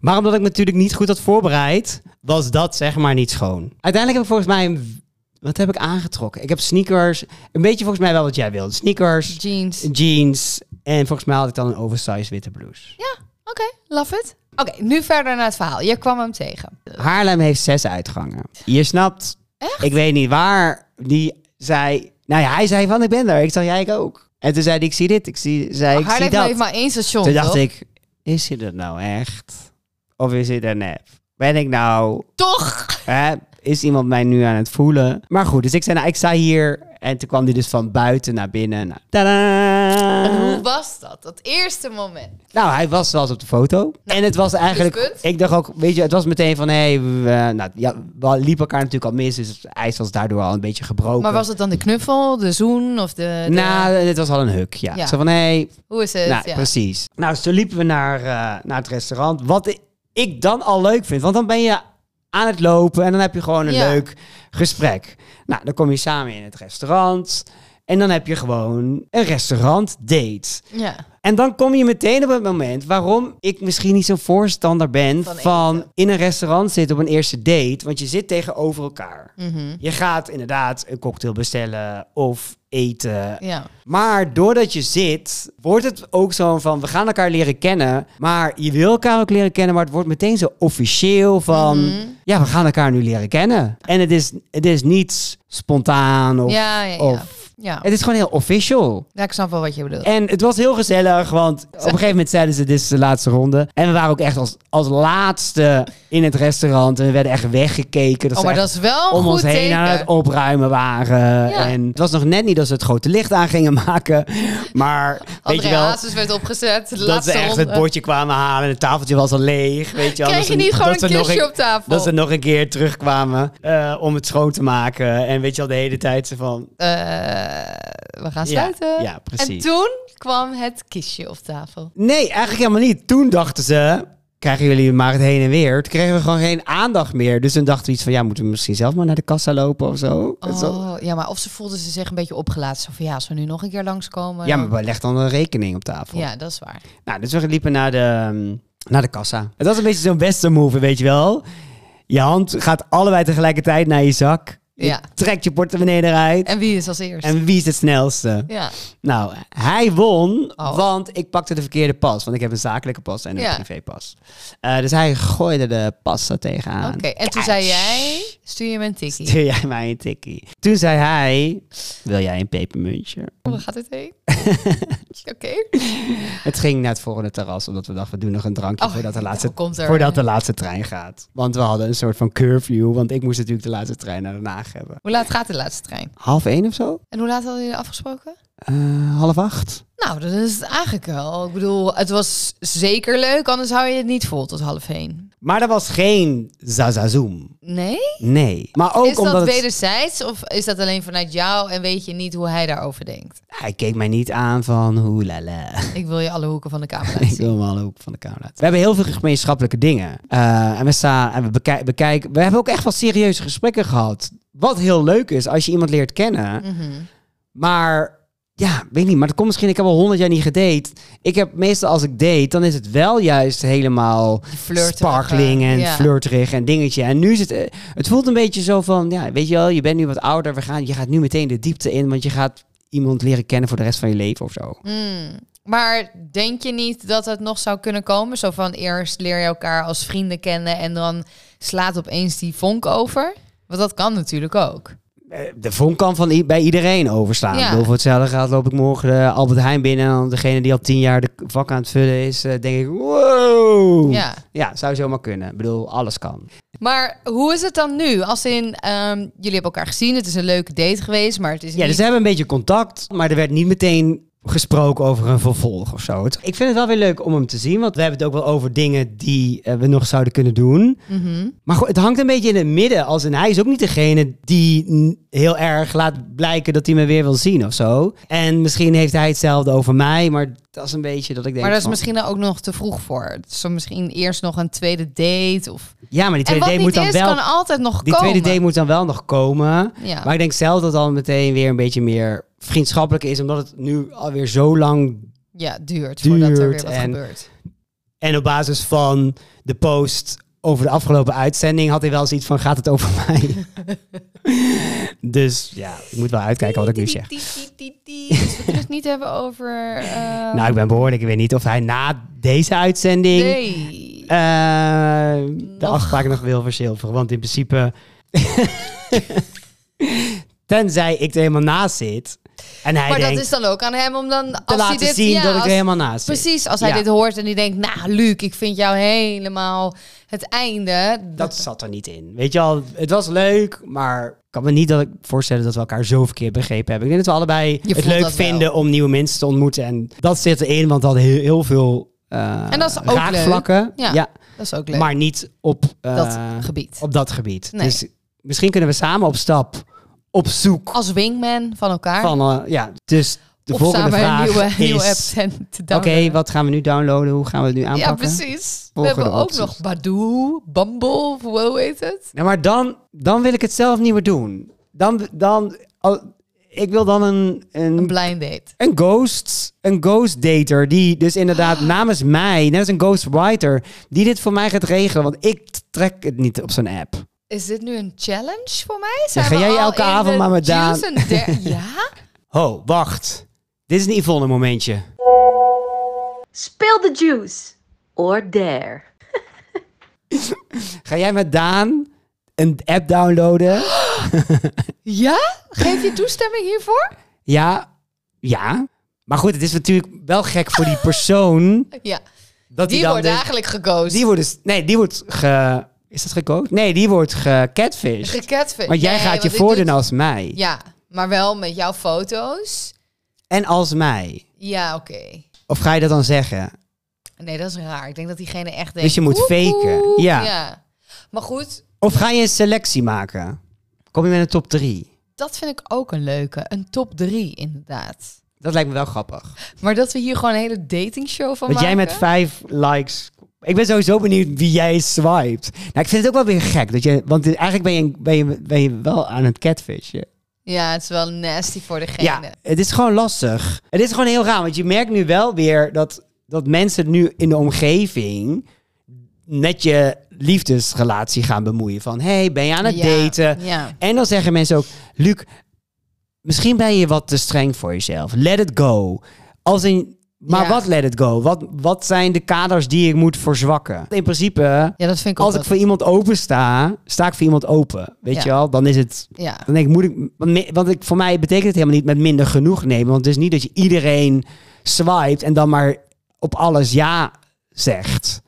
Speaker 2: Maar omdat ik me natuurlijk niet goed had voorbereid, was dat zeg maar niet schoon. Uiteindelijk heb ik volgens mij, een- wat heb ik aangetrokken? Ik heb sneakers, een beetje volgens mij wel wat jij wilde. Sneakers,
Speaker 3: Jeans. Oké,
Speaker 2: jeans en volgens mij had ik dan een oversized witte blouse.
Speaker 3: love it. Oké, nu verder naar het verhaal. Je kwam hem tegen.
Speaker 2: Haarlem heeft zes uitgangen. Je snapt, ik weet niet waar, die zei, nou ja, hij zei van ik ben daar. Ik dacht, jij ik ook. En toen zei hij, ik zie dit, ik zie, zei, ik
Speaker 3: Haarlem
Speaker 2: zie dat.
Speaker 3: heeft maar één station,
Speaker 2: Toen dacht
Speaker 3: toch?
Speaker 2: ik, is hij dat nou echt? Of is hij er nep? Ben ik nou...
Speaker 3: Toch?
Speaker 2: Hè? Is iemand mij nu aan het voelen? Maar goed, dus ik zei, nou, ik sta hier. En toen kwam hij dus van buiten naar binnen. Nou,
Speaker 3: En hoe
Speaker 2: tadaa!
Speaker 3: was dat? Dat eerste moment.
Speaker 2: nou hij was zoals op de foto.
Speaker 3: Nou,
Speaker 2: En het was eigenlijk...
Speaker 3: pluspunt.
Speaker 2: Ik dacht ook, weet je, het was meteen van... Hé, we, nou, ja, we liepen elkaar natuurlijk al mis. Dus het ijs was daardoor al een beetje gebroken.
Speaker 3: Maar was het dan de knuffel, de zoen of de... de-
Speaker 2: Nou, het was al een huk, ja.
Speaker 3: Ja.
Speaker 2: Zo van, hé,
Speaker 3: Hoe is het?
Speaker 2: Nou,
Speaker 3: Ja.
Speaker 2: precies. Nou, zo liepen we naar, eh, naar het restaurant. Wat i- ik dan al leuk vind. Want dan ben je aan het lopen en dan heb je gewoon een
Speaker 3: Ja.
Speaker 2: leuk gesprek. Nou, dan kom je samen in het restaurant. En dan heb je gewoon een restaurant date.
Speaker 3: ja.
Speaker 2: En dan kom je meteen op het moment waarom ik misschien niet zo'n voorstander ben
Speaker 3: Van
Speaker 2: van,
Speaker 3: eten.
Speaker 2: in een restaurant zitten op een eerste date. Want je zit tegenover elkaar.
Speaker 3: Mhm.
Speaker 2: Je gaat inderdaad een cocktail bestellen of eten.
Speaker 3: ja.
Speaker 2: Maar doordat je zit, wordt het ook zo van we gaan elkaar leren kennen. Maar je wil elkaar ook leren kennen, maar het wordt meteen zo officieel van
Speaker 3: Mhm.
Speaker 2: ja, we gaan elkaar nu leren kennen. En het is, het is niet spontaan of,
Speaker 3: ja, ja, ja.
Speaker 2: of-
Speaker 3: ja.
Speaker 2: het is gewoon heel official.
Speaker 3: Ja, ik snap wel wat je bedoelt.
Speaker 2: En het was heel gezellig, want op een gegeven moment zeiden ze dit is de laatste ronde. En we waren ook echt als, als laatste in het restaurant en we werden echt weggekeken. Dat
Speaker 3: oh,
Speaker 2: ze
Speaker 3: maar
Speaker 2: echt
Speaker 3: dat is wel een
Speaker 2: om
Speaker 3: goed
Speaker 2: ons heen
Speaker 3: teken.
Speaker 2: aan het opruimen waren.
Speaker 3: Ja.
Speaker 2: En het was nog net niet dat ze het grote licht aan gingen maken. Maar weet
Speaker 3: André
Speaker 2: je wel,
Speaker 3: Hazes werd opgezet. De
Speaker 2: dat
Speaker 3: laatste
Speaker 2: ze echt
Speaker 3: ronde.
Speaker 2: het bordje kwamen halen. En het tafeltje was al leeg. Weet je wel,
Speaker 3: Krijg
Speaker 2: dat
Speaker 3: je
Speaker 2: ze-
Speaker 3: niet gewoon
Speaker 2: dat
Speaker 3: een
Speaker 2: ze nog
Speaker 3: kusje op tafel?
Speaker 2: Dat ze nog een keer terugkwamen eh, om het schoon te maken. En weet je al de hele tijd ze van...
Speaker 3: Eh, we
Speaker 2: Ja,
Speaker 3: gaan sluiten.
Speaker 2: ja,
Speaker 3: En
Speaker 2: precies.
Speaker 3: toen kwam het kistje op tafel.
Speaker 2: Nee, eigenlijk helemaal niet. Toen dachten ze... Krijgen jullie maar het heen en weer? Toen kregen we gewoon geen aandacht meer. Dus toen dachten we iets van... Ja, moeten we misschien zelf maar naar de kassa lopen of zo? Zo-
Speaker 3: Oh, ja, maar of ze voelden ze zich een beetje opgelaten. Zo van, ja, als we nu nog een keer langskomen...
Speaker 2: Ja,
Speaker 3: dan-
Speaker 2: maar leg dan een rekening op tafel.
Speaker 3: ja dat is waar.
Speaker 2: Nou, dus we liepen naar de, ehm, naar de kassa. Het was een beetje zo'n western move, weet je wel. Je hand gaat allebei tegelijkertijd naar je zak. Je
Speaker 3: Ja.
Speaker 2: trekt je portemonnee eruit. En,
Speaker 3: En wie is als eerst?
Speaker 2: wie is het snelste?
Speaker 3: Ja.
Speaker 2: Nou, hij won,
Speaker 3: Oh.
Speaker 2: want ik pakte de verkeerde pas. Want ik heb een zakelijke pas en een
Speaker 3: Ja.
Speaker 2: privépas. Eh, dus hij gooide de pas er tegenaan.
Speaker 3: Oké, en toen zei jij, stuur je me een tikkie.
Speaker 2: Doe jij mij een tikkie. Toen zei hij, wil jij een pepermuntje?
Speaker 3: Hoe gaat het heen? Oké.
Speaker 2: Het ging naar het volgende terras, omdat we dachten, we doen nog een drankje
Speaker 3: Oh,
Speaker 2: voordat, de
Speaker 3: nou,
Speaker 2: laatste,
Speaker 3: komt er.
Speaker 2: voordat de laatste trein gaat. Want we hadden een soort van curfew, want ik moest natuurlijk de laatste trein naar Den Haag hebben.
Speaker 3: Hoe laat gaat de laatste trein?
Speaker 2: Half één of zo?
Speaker 3: En hoe laat hadden jullie afgesproken?
Speaker 2: Eh, half acht?
Speaker 3: Nou, dat is het eigenlijk wel. Ik bedoel, het was zeker leuk, anders hou je het niet vol tot half heen.
Speaker 2: Maar er was geen zazazoom.
Speaker 3: Nee?
Speaker 2: Nee. Maar ook
Speaker 3: is dat
Speaker 2: omdat het-
Speaker 3: wederzijds of is dat alleen vanuit jou en weet je niet hoe hij daarover denkt?
Speaker 2: hij keek mij niet aan van hoelala.
Speaker 3: Ik wil je alle hoeken van de kamer laten
Speaker 2: Ik
Speaker 3: zien.
Speaker 2: wil hem alle hoeken van de kamer laten. We hebben heel veel gemeenschappelijke dingen. Eh, en we staan en we bekijken, bekijken. We hebben ook echt wel serieuze gesprekken gehad. Wat heel leuk is als je iemand leert kennen.
Speaker 3: Mhm.
Speaker 2: Maar ja, weet niet. Maar dat komt misschien. Ik heb al honderd jaar niet gedate. Ik heb meestal als ik date, dan is het wel juist helemaal
Speaker 3: flirterige,
Speaker 2: sparkling en
Speaker 3: ja.
Speaker 2: flirterig en dingetje. En nu is het. eh, Het voelt een beetje zo van. Ja, weet je wel, je bent nu wat ouder. We gaan, je gaat nu meteen de diepte in, want je gaat iemand leren kennen voor de rest van je leven of zo.
Speaker 3: Mm. Maar denk je niet dat het nog zou kunnen komen? Zo van eerst leer je elkaar als vrienden kennen en dan slaat opeens die vonk over? Want dat kan natuurlijk ook.
Speaker 2: Eh, De vonk kan van i- bij iedereen overslaan.
Speaker 3: Ja.
Speaker 2: Ik bedoel, voor hetzelfde gaat loop ik morgen de Albert Heijn binnen. En dan degene die al tien jaar de vak aan het vullen is, eh, denk ik, wow.
Speaker 3: Ja.
Speaker 2: ja, zou zomaar kunnen. Ik bedoel, alles kan.
Speaker 3: Maar hoe is het dan nu? Als in, ehm, jullie hebben elkaar gezien, het is een leuke date geweest, maar het is
Speaker 2: Ja,
Speaker 3: niet...
Speaker 2: dus ze hebben een beetje contact, maar er werd niet meteen gesproken over een vervolg of zo. Het- Ik vind het wel weer leuk om hem te zien, want we hebben het ook wel over dingen die eh, we nog zouden kunnen doen.
Speaker 3: Mhm.
Speaker 2: Maar goed, het hangt een beetje in het midden. Als en hij is ook niet degene die mm, heel erg laat blijken dat hij me weer wil zien of zo. En misschien heeft hij hetzelfde over mij, maar dat is een beetje dat ik denk.
Speaker 3: Maar dat is
Speaker 2: van-
Speaker 3: misschien dan ook nog te vroeg voor. Zo misschien eerst nog een tweede date. Of...
Speaker 2: Ja, maar die
Speaker 3: En
Speaker 2: tweede
Speaker 3: wat
Speaker 2: date
Speaker 3: niet
Speaker 2: moet dan
Speaker 3: is,
Speaker 2: wel.
Speaker 3: kan altijd nog
Speaker 2: Die
Speaker 3: komen.
Speaker 2: tweede date moet dan wel nog komen.
Speaker 3: Ja.
Speaker 2: Maar ik denk zelf dat het dan meteen weer een beetje meer vriendschappelijk is, omdat het nu alweer zo lang
Speaker 3: ja, duurt, voordat er weer
Speaker 2: duurt
Speaker 3: wat
Speaker 2: en-
Speaker 3: gebeurt.
Speaker 2: En op basis van de post over de afgelopen uitzending had hij wel zoiets van: gaat het over mij? dus ja, ik moet wel uitkijken wat ik nu zeg.
Speaker 3: Die, die, die, die. Dus we kunnen het niet hebben over... eh,
Speaker 2: Nou, ik ben behoorlijk. Ik weet niet of hij na deze uitzending
Speaker 3: nee.
Speaker 2: eh, de
Speaker 3: Nog.
Speaker 2: afspraak nog wil verzilveren. Want in principe. Tenzij ik er helemaal naast zit. En hij
Speaker 3: Maar dat
Speaker 2: denkt
Speaker 3: is dan ook aan hem om dan...
Speaker 2: te
Speaker 3: als hij
Speaker 2: laten
Speaker 3: dit,
Speaker 2: zien
Speaker 3: ja,
Speaker 2: dat ik er
Speaker 3: als-
Speaker 2: helemaal naast zit.
Speaker 3: Precies, als hij
Speaker 2: Ja.
Speaker 3: dit hoort en die denkt... Nou, Luc, ik vind jou helemaal het einde.
Speaker 2: Dat zat er niet in. Weet je al, het was leuk, maar ik kan me niet dat ik voorstellen dat we elkaar zo verkeerd begrepen hebben. Ik denk dat we allebei het
Speaker 3: voelt
Speaker 2: leuk
Speaker 3: dat wel.
Speaker 2: vinden om nieuwe mensen te ontmoeten. En dat zit erin, want we hadden heel, heel veel eh
Speaker 3: En dat is ook leuk.
Speaker 2: raakvlakken.
Speaker 3: Ja,
Speaker 2: Ja,
Speaker 3: Dat is ook leuk.
Speaker 2: maar niet op, eh,
Speaker 3: dat gebied.
Speaker 2: op dat gebied.
Speaker 3: Nee.
Speaker 2: Dus misschien kunnen we samen op stap op zoek
Speaker 3: Als wingman van elkaar.
Speaker 2: van... eh, ja, dus de
Speaker 3: of
Speaker 2: volgende
Speaker 3: samen
Speaker 2: vraag
Speaker 3: een nieuwe, nieuwe app
Speaker 2: is...
Speaker 3: zijn te
Speaker 2: Oké,
Speaker 3: downloaden.
Speaker 2: wat gaan we nu downloaden? Hoe gaan we het nu aanpakken?
Speaker 3: Ja, precies. We
Speaker 2: Volgende
Speaker 3: hebben ook
Speaker 2: opties.
Speaker 3: nog Badoo, Bumble, of hoe heet het?
Speaker 2: Ja, Nou, maar dan, dan wil ik het zelf niet meer doen. Dan, dan, al- ik wil dan een,
Speaker 3: Een
Speaker 2: een,
Speaker 3: blind date.
Speaker 2: een ghost, een ghost dater die dus inderdaad namens mij, net als een ghostwriter, die dit voor mij gaat regelen, want ik t- trek het niet op zo'n app.
Speaker 3: Is dit nu een challenge voor mij? Zijn
Speaker 2: ga
Speaker 3: we
Speaker 2: jij
Speaker 3: al
Speaker 2: elke
Speaker 3: in de
Speaker 2: avond maar met Daan.
Speaker 3: juice and dare- Ja?
Speaker 2: Ho, wacht. Dit is een Yvonne momentje.
Speaker 4: Spill the juice or dare.
Speaker 2: Ga jij met Daan een app downloaden?
Speaker 3: Ja? Geef je toestemming hiervoor?
Speaker 2: Ja, ja. Maar goed, het is natuurlijk wel gek voor die persoon.
Speaker 3: Ja.
Speaker 2: Dat
Speaker 3: Die
Speaker 2: dan
Speaker 3: wordt
Speaker 2: dus-
Speaker 3: eigenlijk gekozen.
Speaker 2: Die wordt dus, nee, die wordt ge... Is dat gecoacht? Nee, die wordt gecatfished.
Speaker 3: Gecatfished.
Speaker 2: Want jij
Speaker 3: Nee,
Speaker 2: gaat
Speaker 3: want
Speaker 2: je nou-
Speaker 3: ik
Speaker 2: voordoen
Speaker 3: doe-
Speaker 2: als mij.
Speaker 3: Ja, maar wel met jouw foto's.
Speaker 2: En als mij.
Speaker 3: Ja, oké.
Speaker 2: Of ga je dat dan zeggen?
Speaker 3: Nee, dat is raar. Ik denk dat diegene echt denkt...
Speaker 2: Dus je moet faken. Ja.
Speaker 3: Maar goed,
Speaker 2: Of ga je een selectie maken? Kom je met een top 3?
Speaker 3: dat vind ik ook een leuke. Een top 3, inderdaad.
Speaker 2: Dat lijkt me wel grappig.
Speaker 3: Maar dat we hier gewoon een hele datingshow van
Speaker 2: Want jij
Speaker 3: maken.
Speaker 2: met vijf likes... Ik ben sowieso benieuwd wie jij swiped. Nou, ik vind het ook wel weer gek. Dat je, want eigenlijk ben je, ben, je, ben je wel aan het catfishen.
Speaker 3: Ja, het is wel nasty voor degene.
Speaker 2: Ja, het is gewoon lastig. Het is gewoon heel raar, want je merkt nu wel weer dat, dat mensen nu in de omgeving met je liefdesrelatie gaan bemoeien. Van, hey, ben je aan het
Speaker 3: Ja,
Speaker 2: daten?
Speaker 3: ja.
Speaker 2: En dan zeggen mensen ook, Luc, misschien ben je wat te streng voor jezelf. Let it go. Als in, maar
Speaker 3: Ja.
Speaker 2: wat let it go? Wat, wat zijn de kaders die ik moet verzwakken? In principe,
Speaker 3: Ja, dat vind ik ook
Speaker 2: als ik
Speaker 3: wel-
Speaker 2: voor iemand open sta, sta ik voor iemand open. Weet
Speaker 3: Ja.
Speaker 2: je wel? Dan is het
Speaker 3: Ja.
Speaker 2: dan denk ik, moet ik. Want, mi- want ik, voor mij betekent het helemaal niet met minder genoeg nemen. Want het is niet dat je iedereen swipet en dan maar op alles ja zegt.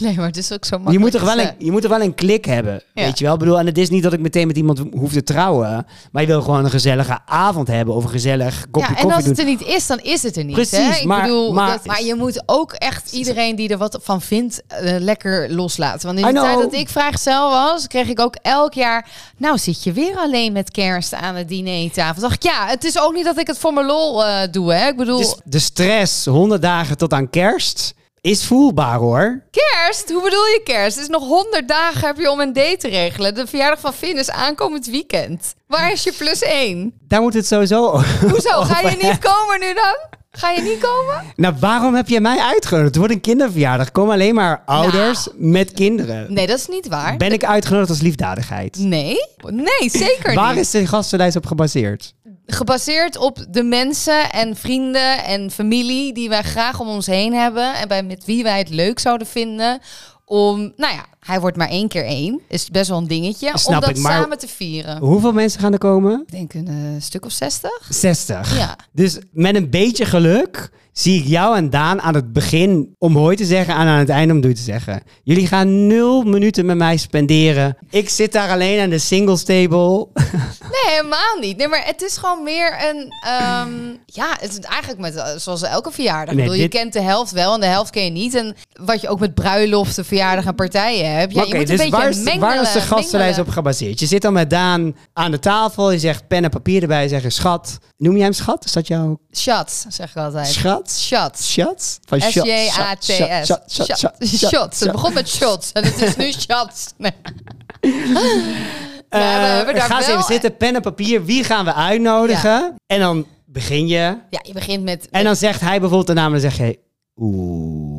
Speaker 3: Nee, maar het is ook zo makkelijk. eh,
Speaker 2: Je moet, toch wel een,
Speaker 3: gezegd.
Speaker 2: je moet toch wel een klik hebben.
Speaker 3: Ja.
Speaker 2: Weet je wel? Ik bedoel, en het is niet dat ik meteen met iemand hoef te trouwen. Maar je wil gewoon een gezellige avond hebben of een gezellig kopje
Speaker 3: Ja, en
Speaker 2: koffie
Speaker 3: als
Speaker 2: doen.
Speaker 3: het er niet is, dan is het er niet.
Speaker 2: Precies,
Speaker 3: hè? Ik
Speaker 2: maar-
Speaker 3: bedoel,
Speaker 2: maar-
Speaker 3: dat- maar je moet ook echt iedereen die er wat van vindt, eh, lekker loslaten. Want in
Speaker 2: I
Speaker 3: de tijd
Speaker 2: know.
Speaker 3: dat ik vrijgezel was, kreeg ik ook elk jaar... Nou, zit je weer alleen met kerst aan de dinertafel? dacht ik, ja, het is ook niet dat ik het voor mijn lol eh, doe, hè? Ik bedoel,
Speaker 2: Dus de stress, 100 dagen tot aan kerst, is voelbaar hoor.
Speaker 3: kerst? Hoe bedoel je kerst? Het is nog honderd dagen heb je om een date te regelen. De verjaardag van Finn is aankomend weekend. Waar is je plus één?
Speaker 2: Daar moet het sowieso over.
Speaker 3: Hoezo, ga je niet komen nu dan? Ga je niet komen?
Speaker 2: Nou, waarom heb jij mij uitgenodigd? Het wordt een kinderverjaardag. Komen alleen maar ouders
Speaker 3: Nou.
Speaker 2: met kinderen.
Speaker 3: Nee, dat is niet waar.
Speaker 2: Ben ik uitgenodigd als liefdadigheid?
Speaker 3: Nee, nee, zeker
Speaker 2: Waar
Speaker 3: niet.
Speaker 2: is de gastenlijst op gebaseerd?
Speaker 3: Gebaseerd op de mensen en vrienden en familie die wij graag om ons heen hebben en bij, met wie wij het leuk zouden vinden. Om, nou ja, hij wordt maar één keer één. Is best wel een dingetje.
Speaker 2: Snap
Speaker 3: om dat
Speaker 2: ik, maar-
Speaker 3: samen te vieren.
Speaker 2: Hoeveel mensen gaan er komen?
Speaker 3: Ik denk een eh, stuk of zestig.
Speaker 2: 60.
Speaker 3: Ja.
Speaker 2: Dus met een beetje geluk zie ik jou en Daan aan het begin om hoi te zeggen en aan het einde om doei te zeggen. Jullie gaan nul minuten met mij spenderen. Ik zit daar alleen aan de singles table.
Speaker 3: Nee, helemaal niet. Nee, maar het is gewoon meer een... ehm, ja, het is eigenlijk met, eh, zoals elke verjaardag.
Speaker 2: Nee,
Speaker 3: ik bedoel,
Speaker 2: dit-
Speaker 3: Je kent de helft wel en de helft ken je niet. En wat je ook met bruiloften, verjaardag en partijen hebt. Ja,
Speaker 2: Maar
Speaker 3: je moet een
Speaker 2: dus
Speaker 3: beetje
Speaker 2: waar is,
Speaker 3: mengelen.
Speaker 2: waar is de gastenlijst op
Speaker 3: mengelen.
Speaker 2: gebaseerd? Je zit dan met Daan aan de tafel, je zegt pen en papier erbij, zeggen schat. Noem jij hem schat? Is dat jouw
Speaker 3: Shots, zeg ik altijd.
Speaker 2: schat?
Speaker 3: Shots.
Speaker 2: Shots? Van shot, shot,
Speaker 3: S-J-A-T-S.
Speaker 2: shot, shot, shot, shot,
Speaker 3: Shots. Shots. Het
Speaker 2: shot.
Speaker 3: begon met shots en het is nu shots. Nee.
Speaker 2: Eh,
Speaker 3: Maar we hebben daar
Speaker 2: ga eens
Speaker 3: wel-
Speaker 2: even zitten, pen en papier. Wie gaan we uitnodigen? En dan begin je.
Speaker 3: Ja, je begint met...
Speaker 2: En dan zegt hij bijvoorbeeld de naam en dan zeg je... Oeh.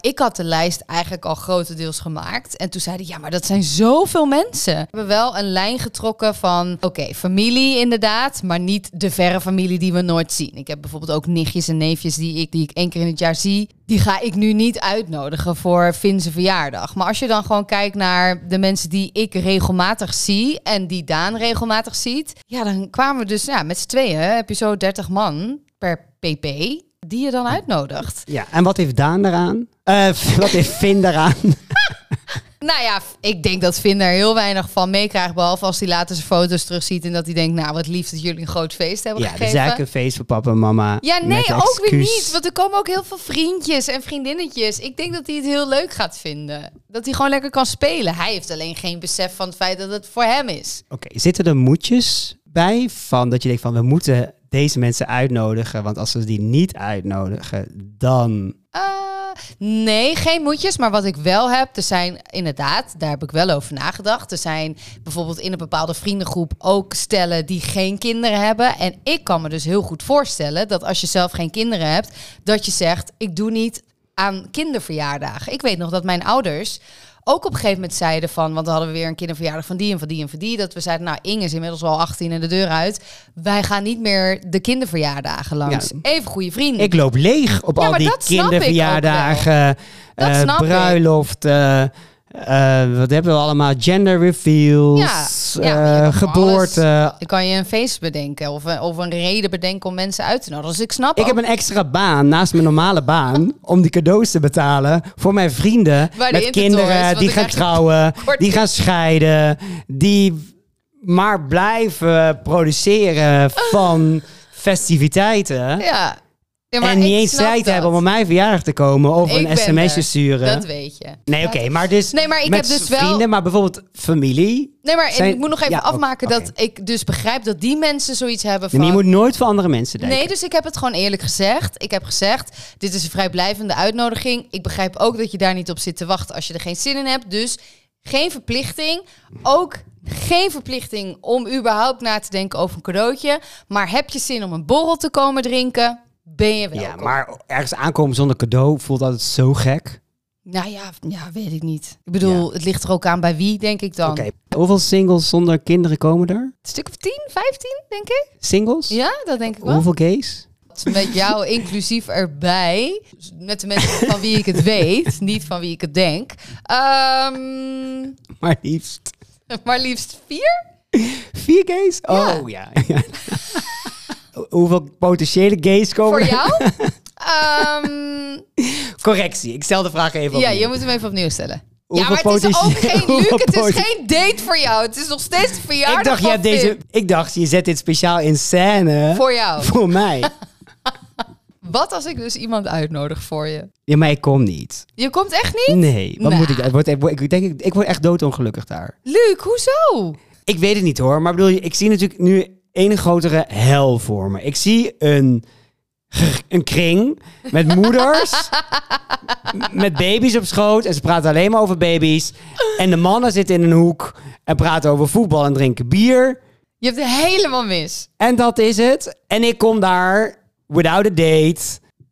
Speaker 3: Ik had de lijst eigenlijk al grotendeels gemaakt. En toen zeiden ja, maar dat zijn zoveel mensen. We hebben wel een lijn getrokken van, oké, familie inderdaad, maar niet de verre familie die we nooit zien. Ik heb bijvoorbeeld ook nichtjes en neefjes die ik, die ik één keer in het jaar zie. Die ga ik nu niet uitnodigen voor Finse verjaardag. Maar als je dan gewoon kijkt naar de mensen die ik regelmatig zie en die Daan regelmatig ziet. Ja, dan kwamen we dus ja, met z'n tweeën, heb je zo 30 man per pp die je dan uitnodigt.
Speaker 2: Ja, en wat heeft Daan daaraan? Eh, wat heeft Finn daaraan?
Speaker 3: Nou ja, f- ik denk dat Vin daar heel weinig van meekrijgt. Behalve als hij later zijn foto's terugziet. En dat hij denkt, nou wat lief dat jullie een groot feest hebben
Speaker 2: ja, dat is
Speaker 3: gegeven.
Speaker 2: eigenlijk een feest voor papa en mama.
Speaker 3: ja,
Speaker 2: met
Speaker 3: nee,
Speaker 2: de
Speaker 3: ook weer
Speaker 2: excuus.
Speaker 3: niet. Want er komen ook heel veel vriendjes en vriendinnetjes. Ik denk dat hij het heel leuk gaat vinden. Dat hij gewoon lekker kan spelen. Hij heeft alleen geen besef van het feit dat het voor hem is.
Speaker 2: Oké, zitten er moedjes bij van dat je denkt van... we moeten deze mensen uitnodigen, want als we die niet uitnodigen, dan...
Speaker 3: Eh, nee, geen moedjes. Maar wat ik wel heb, er zijn inderdaad, daar heb ik wel over nagedacht. Er zijn bijvoorbeeld in een bepaalde vriendengroep ook stellen die geen kinderen hebben. En ik kan me dus heel goed voorstellen dat als je zelf geen kinderen hebt, dat je zegt: ik doe niet aan kinderverjaardagen. Ik weet nog dat mijn ouders ook op een gegeven moment zeiden van, want dan hadden we weer een kinderverjaardag van die en van die en van die, dat we zeiden, nou Inge is inmiddels wel 18 en de deur uit, wij gaan niet meer de kinderverjaardagen langs.
Speaker 2: Ja.
Speaker 3: Even goede vrienden.
Speaker 2: Ik loop leeg op
Speaker 3: Ja,
Speaker 2: al
Speaker 3: maar
Speaker 2: die
Speaker 3: dat snap ik ook
Speaker 2: kinderverjaardagen,
Speaker 3: wel. Dat
Speaker 2: eh,
Speaker 3: snap ik.
Speaker 2: bruiloft, eh, eh, wat hebben we allemaal? Gender reveals,
Speaker 3: Ja, ja, maar je
Speaker 2: eh,
Speaker 3: kan van
Speaker 2: geboorte.
Speaker 3: Dan kan je een feest bedenken of een, of een reden bedenken om mensen uit te nodigen. Dus ik snap
Speaker 2: Ik heb
Speaker 3: ook
Speaker 2: een extra baan naast mijn normale baan om die cadeaus te betalen voor mijn vrienden
Speaker 3: Waar de
Speaker 2: met
Speaker 3: Intertour is,
Speaker 2: kinderen
Speaker 3: want
Speaker 2: die
Speaker 3: dan
Speaker 2: gaan
Speaker 3: krijg je
Speaker 2: trouwen,
Speaker 3: korting.
Speaker 2: die gaan scheiden, die maar blijven produceren van festiviteiten.
Speaker 3: ja. Ja, maar
Speaker 2: en niet
Speaker 3: ik
Speaker 2: eens
Speaker 3: snap
Speaker 2: tijd
Speaker 3: dat.
Speaker 2: hebben om op mijn verjaardag te komen of
Speaker 3: Ik
Speaker 2: een
Speaker 3: ben
Speaker 2: sms'je
Speaker 3: er.
Speaker 2: sturen.
Speaker 3: Dat weet je.
Speaker 2: Nee, oké, maar dus
Speaker 3: Nee, maar ik
Speaker 2: met
Speaker 3: heb dus wel-
Speaker 2: vrienden, maar bijvoorbeeld familie.
Speaker 3: Nee, maar
Speaker 2: Zijn-
Speaker 3: ik moet nog even
Speaker 2: Ja, oké,
Speaker 3: afmaken dat
Speaker 2: oké.
Speaker 3: ik dus begrijp dat die mensen zoiets hebben
Speaker 2: Nee,
Speaker 3: van...
Speaker 2: maar je moet nooit voor andere mensen denken.
Speaker 3: Nee, dus ik heb het gewoon eerlijk gezegd. Ik heb gezegd, dit is een vrijblijvende uitnodiging. Ik begrijp ook dat je daar niet op zit te wachten als je er geen zin in hebt. Dus geen verplichting. Ook geen verplichting om überhaupt na te denken over een cadeautje. Maar heb je zin om een borrel te komen drinken? Ben je welkom.
Speaker 2: ja, maar ergens aankomen zonder cadeau voelt altijd zo gek.
Speaker 3: Nou ja, ja, weet ik niet. Ik bedoel, het ligt er ook aan bij wie, denk ik dan.
Speaker 2: Oké, hoeveel singles zonder kinderen komen er?
Speaker 3: Een stuk of 10, 15, denk ik.
Speaker 2: Singles?
Speaker 3: Ja, dat denk ik wel.
Speaker 2: Hoeveel gays?
Speaker 3: Met jou inclusief erbij. Met de mensen van wie ik het weet, niet van wie ik het denk. Ehm,
Speaker 2: Maar liefst
Speaker 3: maar liefst vier?
Speaker 2: vier gays? Oh ja. ja. Hoeveel potentiële gays komen
Speaker 3: Voor
Speaker 2: er?
Speaker 3: jou? Ehm,
Speaker 2: Correctie, ik stel de vraag even
Speaker 3: ja,
Speaker 2: opnieuw.
Speaker 3: je moet hem even opnieuw stellen.
Speaker 2: Hoeveel
Speaker 3: ja, maar het is ook
Speaker 2: potentieel-
Speaker 3: geen Luc,
Speaker 2: hoeveel
Speaker 3: het is
Speaker 2: poten-
Speaker 3: geen date voor jou. Het is nog steeds de verjaardag
Speaker 2: Ik dacht, je
Speaker 3: van
Speaker 2: hebt deze,
Speaker 3: Finn.
Speaker 2: ik dacht, je zet dit speciaal in scène.
Speaker 3: Voor jou.
Speaker 2: Voor mij.
Speaker 3: Wat als ik dus iemand uitnodig voor je?
Speaker 2: Ja, maar ik kom niet.
Speaker 3: Je komt echt niet?
Speaker 2: Nee, wat
Speaker 3: Nou.
Speaker 2: moet ik, het wordt, ik, denk, ik, ik word echt doodongelukkig daar.
Speaker 3: Luc, hoezo?
Speaker 2: Ik weet het niet hoor, maar bedoel, je, ik zie natuurlijk nu een grotere hel voor me. Ik zie een, een kring met moeders, m- met baby's op schoot en ze praten alleen maar over baby's. En de mannen zitten in een hoek en praten over voetbal en drinken bier.
Speaker 3: Je hebt het helemaal mis.
Speaker 2: En dat is het. En ik kom daar without a date.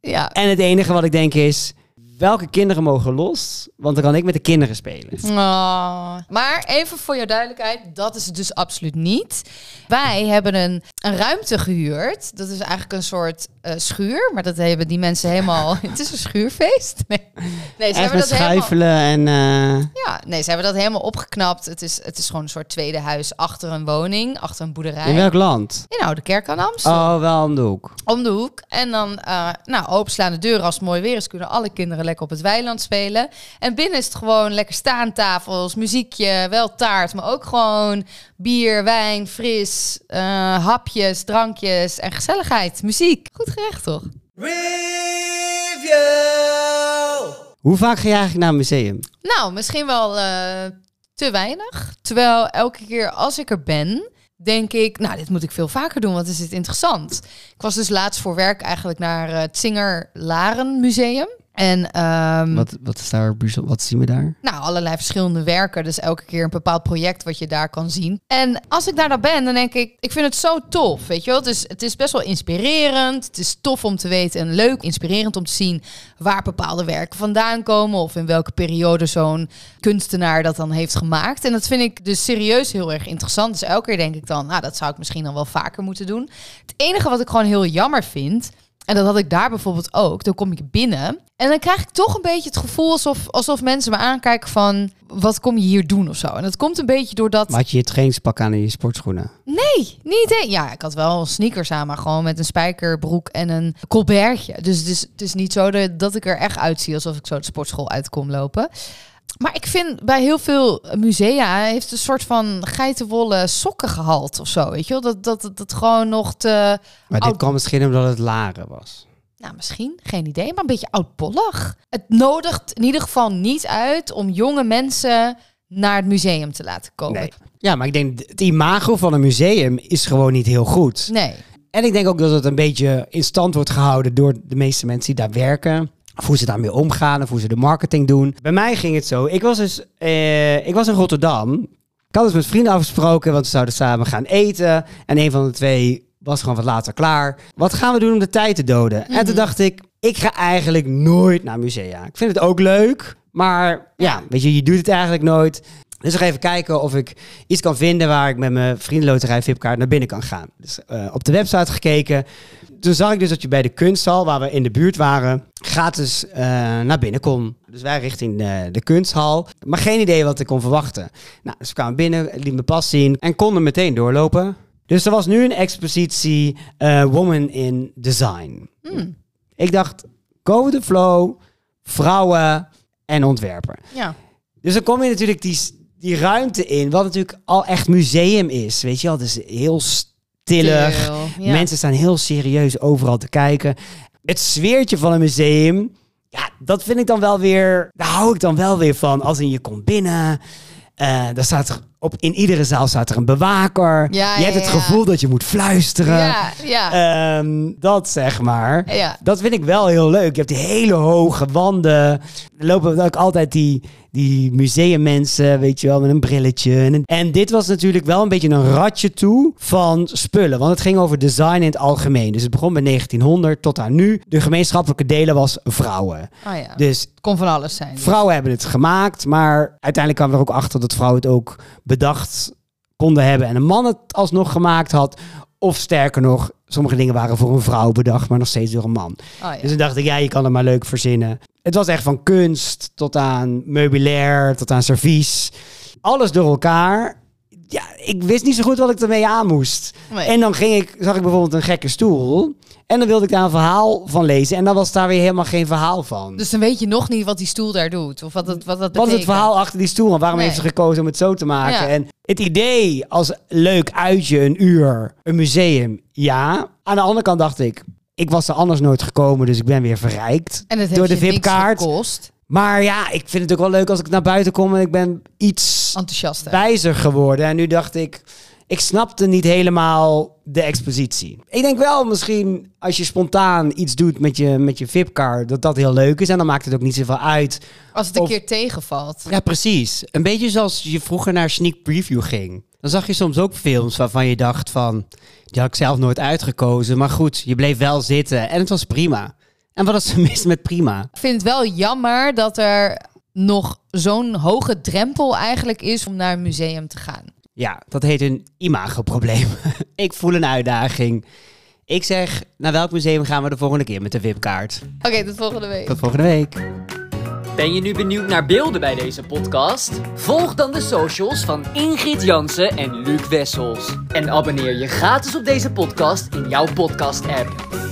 Speaker 3: Ja.
Speaker 2: En het enige wat ik denk is, welke kinderen mogen los, want dan kan ik met de kinderen spelen.
Speaker 3: Oh. Maar even voor jouw duidelijkheid, dat is het dus absoluut niet. Wij hebben een, een ruimte gehuurd. Dat is eigenlijk een soort eh, schuur, maar dat hebben die mensen helemaal... het is een schuurfeest. Nee, nee ze
Speaker 2: Echt
Speaker 3: hebben
Speaker 2: met
Speaker 3: dat helemaal...
Speaker 2: schuifelen en... eh,
Speaker 3: Ja, nee, ze hebben dat helemaal opgeknapt. Het is, het is gewoon een soort tweede huis achter een woning, achter een boerderij.
Speaker 2: in welk land?
Speaker 3: In Oude Kerk aan Amstel.
Speaker 2: Oh, wel om de hoek.
Speaker 3: Om de hoek. En dan, eh nou, openslaande deuren als het mooi weer is, kunnen alle kinderen lekker op het weiland spelen. En binnen is het gewoon lekker staantafels, muziekje, wel taart, maar ook gewoon bier, wijn, fris, eh, hapjes, drankjes en gezelligheid, muziek. Goed gerecht, toch?
Speaker 2: Hoe vaak ga je eigenlijk naar een museum?
Speaker 3: Nou, misschien wel eh, te weinig. Terwijl elke keer als ik er ben, denk ik, nou, dit moet ik veel vaker doen, want is dit interessant. Ik was dus laatst voor werk eigenlijk naar eh, het Singer Laren Museum. En ehm,
Speaker 2: Wat, wat is daar, bijzo- wat zien we daar?
Speaker 3: nou, allerlei verschillende werken. Dus elke keer een bepaald project wat je daar kan zien. En als ik daar dan ben, dan denk ik, ik vind het zo tof, weet je wel. Dus het is best wel inspirerend. Het is tof om te weten en leuk, inspirerend om te zien waar bepaalde werken vandaan komen. Of in welke periode zo'n kunstenaar dat dan heeft gemaakt. En dat vind ik dus serieus heel erg interessant. Dus elke keer denk ik dan, nou, dat zou ik misschien dan wel vaker moeten doen. Het enige wat ik gewoon heel jammer vind, en dat had ik daar bijvoorbeeld ook. Dan kom ik binnen en dan krijg ik toch een beetje het gevoel alsof, alsof mensen me aankijken van... wat kom je hier doen of zo? En dat komt een beetje doordat...
Speaker 2: Maar had je je trainingspak aan en je sportschoenen?
Speaker 3: Nee, niet hè? Ja, ik had wel sneakers aan, maar gewoon met een spijkerbroek en een colbertje. Dus het is, het is niet zo de- dat ik er echt uitzie alsof ik zo de sportschool uitkom lopen. Maar ik vind bij heel veel musea heeft een soort van geitenwolle sokkengehalte of zo. Weet je wel? Dat, dat, dat, dat gewoon nog te...
Speaker 2: Maar dit
Speaker 3: oud-
Speaker 2: kwam misschien omdat het laren was.
Speaker 3: nou, misschien, geen idee, maar een beetje oudbollig. Het nodigt in ieder geval niet uit om jonge mensen naar het museum te laten komen.
Speaker 2: Nee. Ja, maar ik denk, het imago van een museum is gewoon niet heel goed.
Speaker 3: Nee.
Speaker 2: En ik denk ook dat het een beetje in stand wordt gehouden door de meeste mensen die daar werken. Of hoe ze daarmee omgaan, of hoe ze de marketing doen. Bij mij ging het zo. Ik was dus eh, ik was in Rotterdam. Ik had dus met vrienden afgesproken, want we zouden samen gaan eten. En een van de twee was gewoon wat later klaar. Wat gaan we doen om de tijd te doden? En toen dacht ik, ik ga eigenlijk nooit naar musea. Ik vind het ook leuk, maar ja, weet je, je doet het eigenlijk nooit. Dus nog even kijken of ik iets kan vinden waar ik met mijn vriendenloterij VIP-kaart naar binnen kan gaan. Dus eh, op de website gekeken. Toen zag ik dus dat je bij de kunsthal, waar we in de buurt waren, gratis eh, naar binnen kon. Dus wij richting eh, de kunsthal. Maar geen idee wat ik kon verwachten. Nou, dus we kwamen binnen, liet mijn pas zien en konden meteen doorlopen. Dus er was nu een expositie eh, Woman in Design. Ik dacht, go with the flow, vrouwen en ontwerpen.
Speaker 3: Ja.
Speaker 2: Dus dan kom je natuurlijk die, die ruimte in, wat natuurlijk al echt museum is. Weet je wel, het is heel stillig.
Speaker 3: Stil, ja.
Speaker 2: Mensen staan heel serieus overal te kijken. Het sfeertje van een museum, ja, dat vind ik dan wel weer, daar hou ik dan wel weer van. Als in je komt binnen, eh, daar staat er op, in iedere zaal staat er een bewaker.
Speaker 3: Ja,
Speaker 2: je hebt
Speaker 3: ja,
Speaker 2: het
Speaker 3: ja.
Speaker 2: gevoel dat je moet fluisteren.
Speaker 3: Ja, ja.
Speaker 2: Ehm, dat zeg maar.
Speaker 3: Ja.
Speaker 2: Dat vind ik wel heel leuk. Je hebt die hele hoge wanden. Er lopen ook altijd die, die museummensen, weet je wel, met een brilletje. En, en dit was natuurlijk wel een beetje een ratje toe van spullen. Want het ging over design in het algemeen. Dus het begon bij 1900 tot aan nu. De gemeenschappelijke delen was vrouwen.
Speaker 3: Oh ja.
Speaker 2: Dus
Speaker 3: het kon van alles zijn.
Speaker 2: vrouwen hebben het gemaakt. Maar uiteindelijk kwamen we er ook achter dat vrouwen het ook bedacht konden hebben. En een man het alsnog gemaakt had. Of sterker nog, sommige dingen waren voor een vrouw bedacht, maar nog steeds door een man.
Speaker 3: Oh ja.
Speaker 2: Dus dan dacht ik, ja, je kan het maar leuk verzinnen. Het was echt van kunst tot aan meubilair, tot aan servies. Alles door elkaar. Ja, ik wist niet zo goed wat ik ermee aan moest.
Speaker 3: Nee.
Speaker 2: En dan ging ik, zag ik bijvoorbeeld een gekke stoel. En dan wilde ik daar een verhaal van lezen. En dan was daar weer helemaal geen verhaal van.
Speaker 3: Dus dan weet je nog niet wat die stoel daar doet. Of wat dat, wat dat
Speaker 2: Wat is het
Speaker 3: betekent.
Speaker 2: verhaal achter die stoel? En waarom
Speaker 3: Nee.
Speaker 2: heeft ze gekozen om het zo te maken?
Speaker 3: Ja.
Speaker 2: En het idee als leuk uitje, een uur, een museum, ja. Aan de andere kant dacht ik, ik was er anders nooit gekomen, dus ik ben weer verrijkt
Speaker 3: En het
Speaker 2: door de
Speaker 3: heeft je niks
Speaker 2: VIP-kaart.
Speaker 3: gekost.
Speaker 2: Maar ja, ik vind het ook wel leuk als ik naar buiten kom en ik ben iets
Speaker 3: Enthousiast. hè?
Speaker 2: wijzer geworden. En nu dacht ik, ik snapte niet helemaal de expositie. Ik denk wel misschien als je spontaan iets doet met je, met je VIP-kaart, dat dat heel leuk is. En dan maakt het ook niet zoveel uit
Speaker 3: Als het een
Speaker 2: Of-
Speaker 3: keer tegenvalt.
Speaker 2: ja, precies. Een beetje zoals je vroeger naar sneak preview ging. Dan zag je soms ook films waarvan je dacht van... die had ik zelf nooit uitgekozen. Maar goed, je bleef wel zitten en het was prima. En wat is er mis met prima?
Speaker 3: Ik vind het wel jammer dat er nog zo'n hoge drempel eigenlijk is om naar een museum te gaan.
Speaker 2: Ja, dat heet een imagoprobleem. ik voel een uitdaging. Ik zeg, naar welk museum gaan we de volgende keer met de VIP-kaart?
Speaker 3: Oké, tot volgende week.
Speaker 2: Tot volgende week.
Speaker 1: Ben je nu benieuwd naar beelden bij deze podcast? Volg dan de socials van Ingrid Jansen en Luc Wessels. En abonneer je gratis op deze podcast in jouw podcast-app.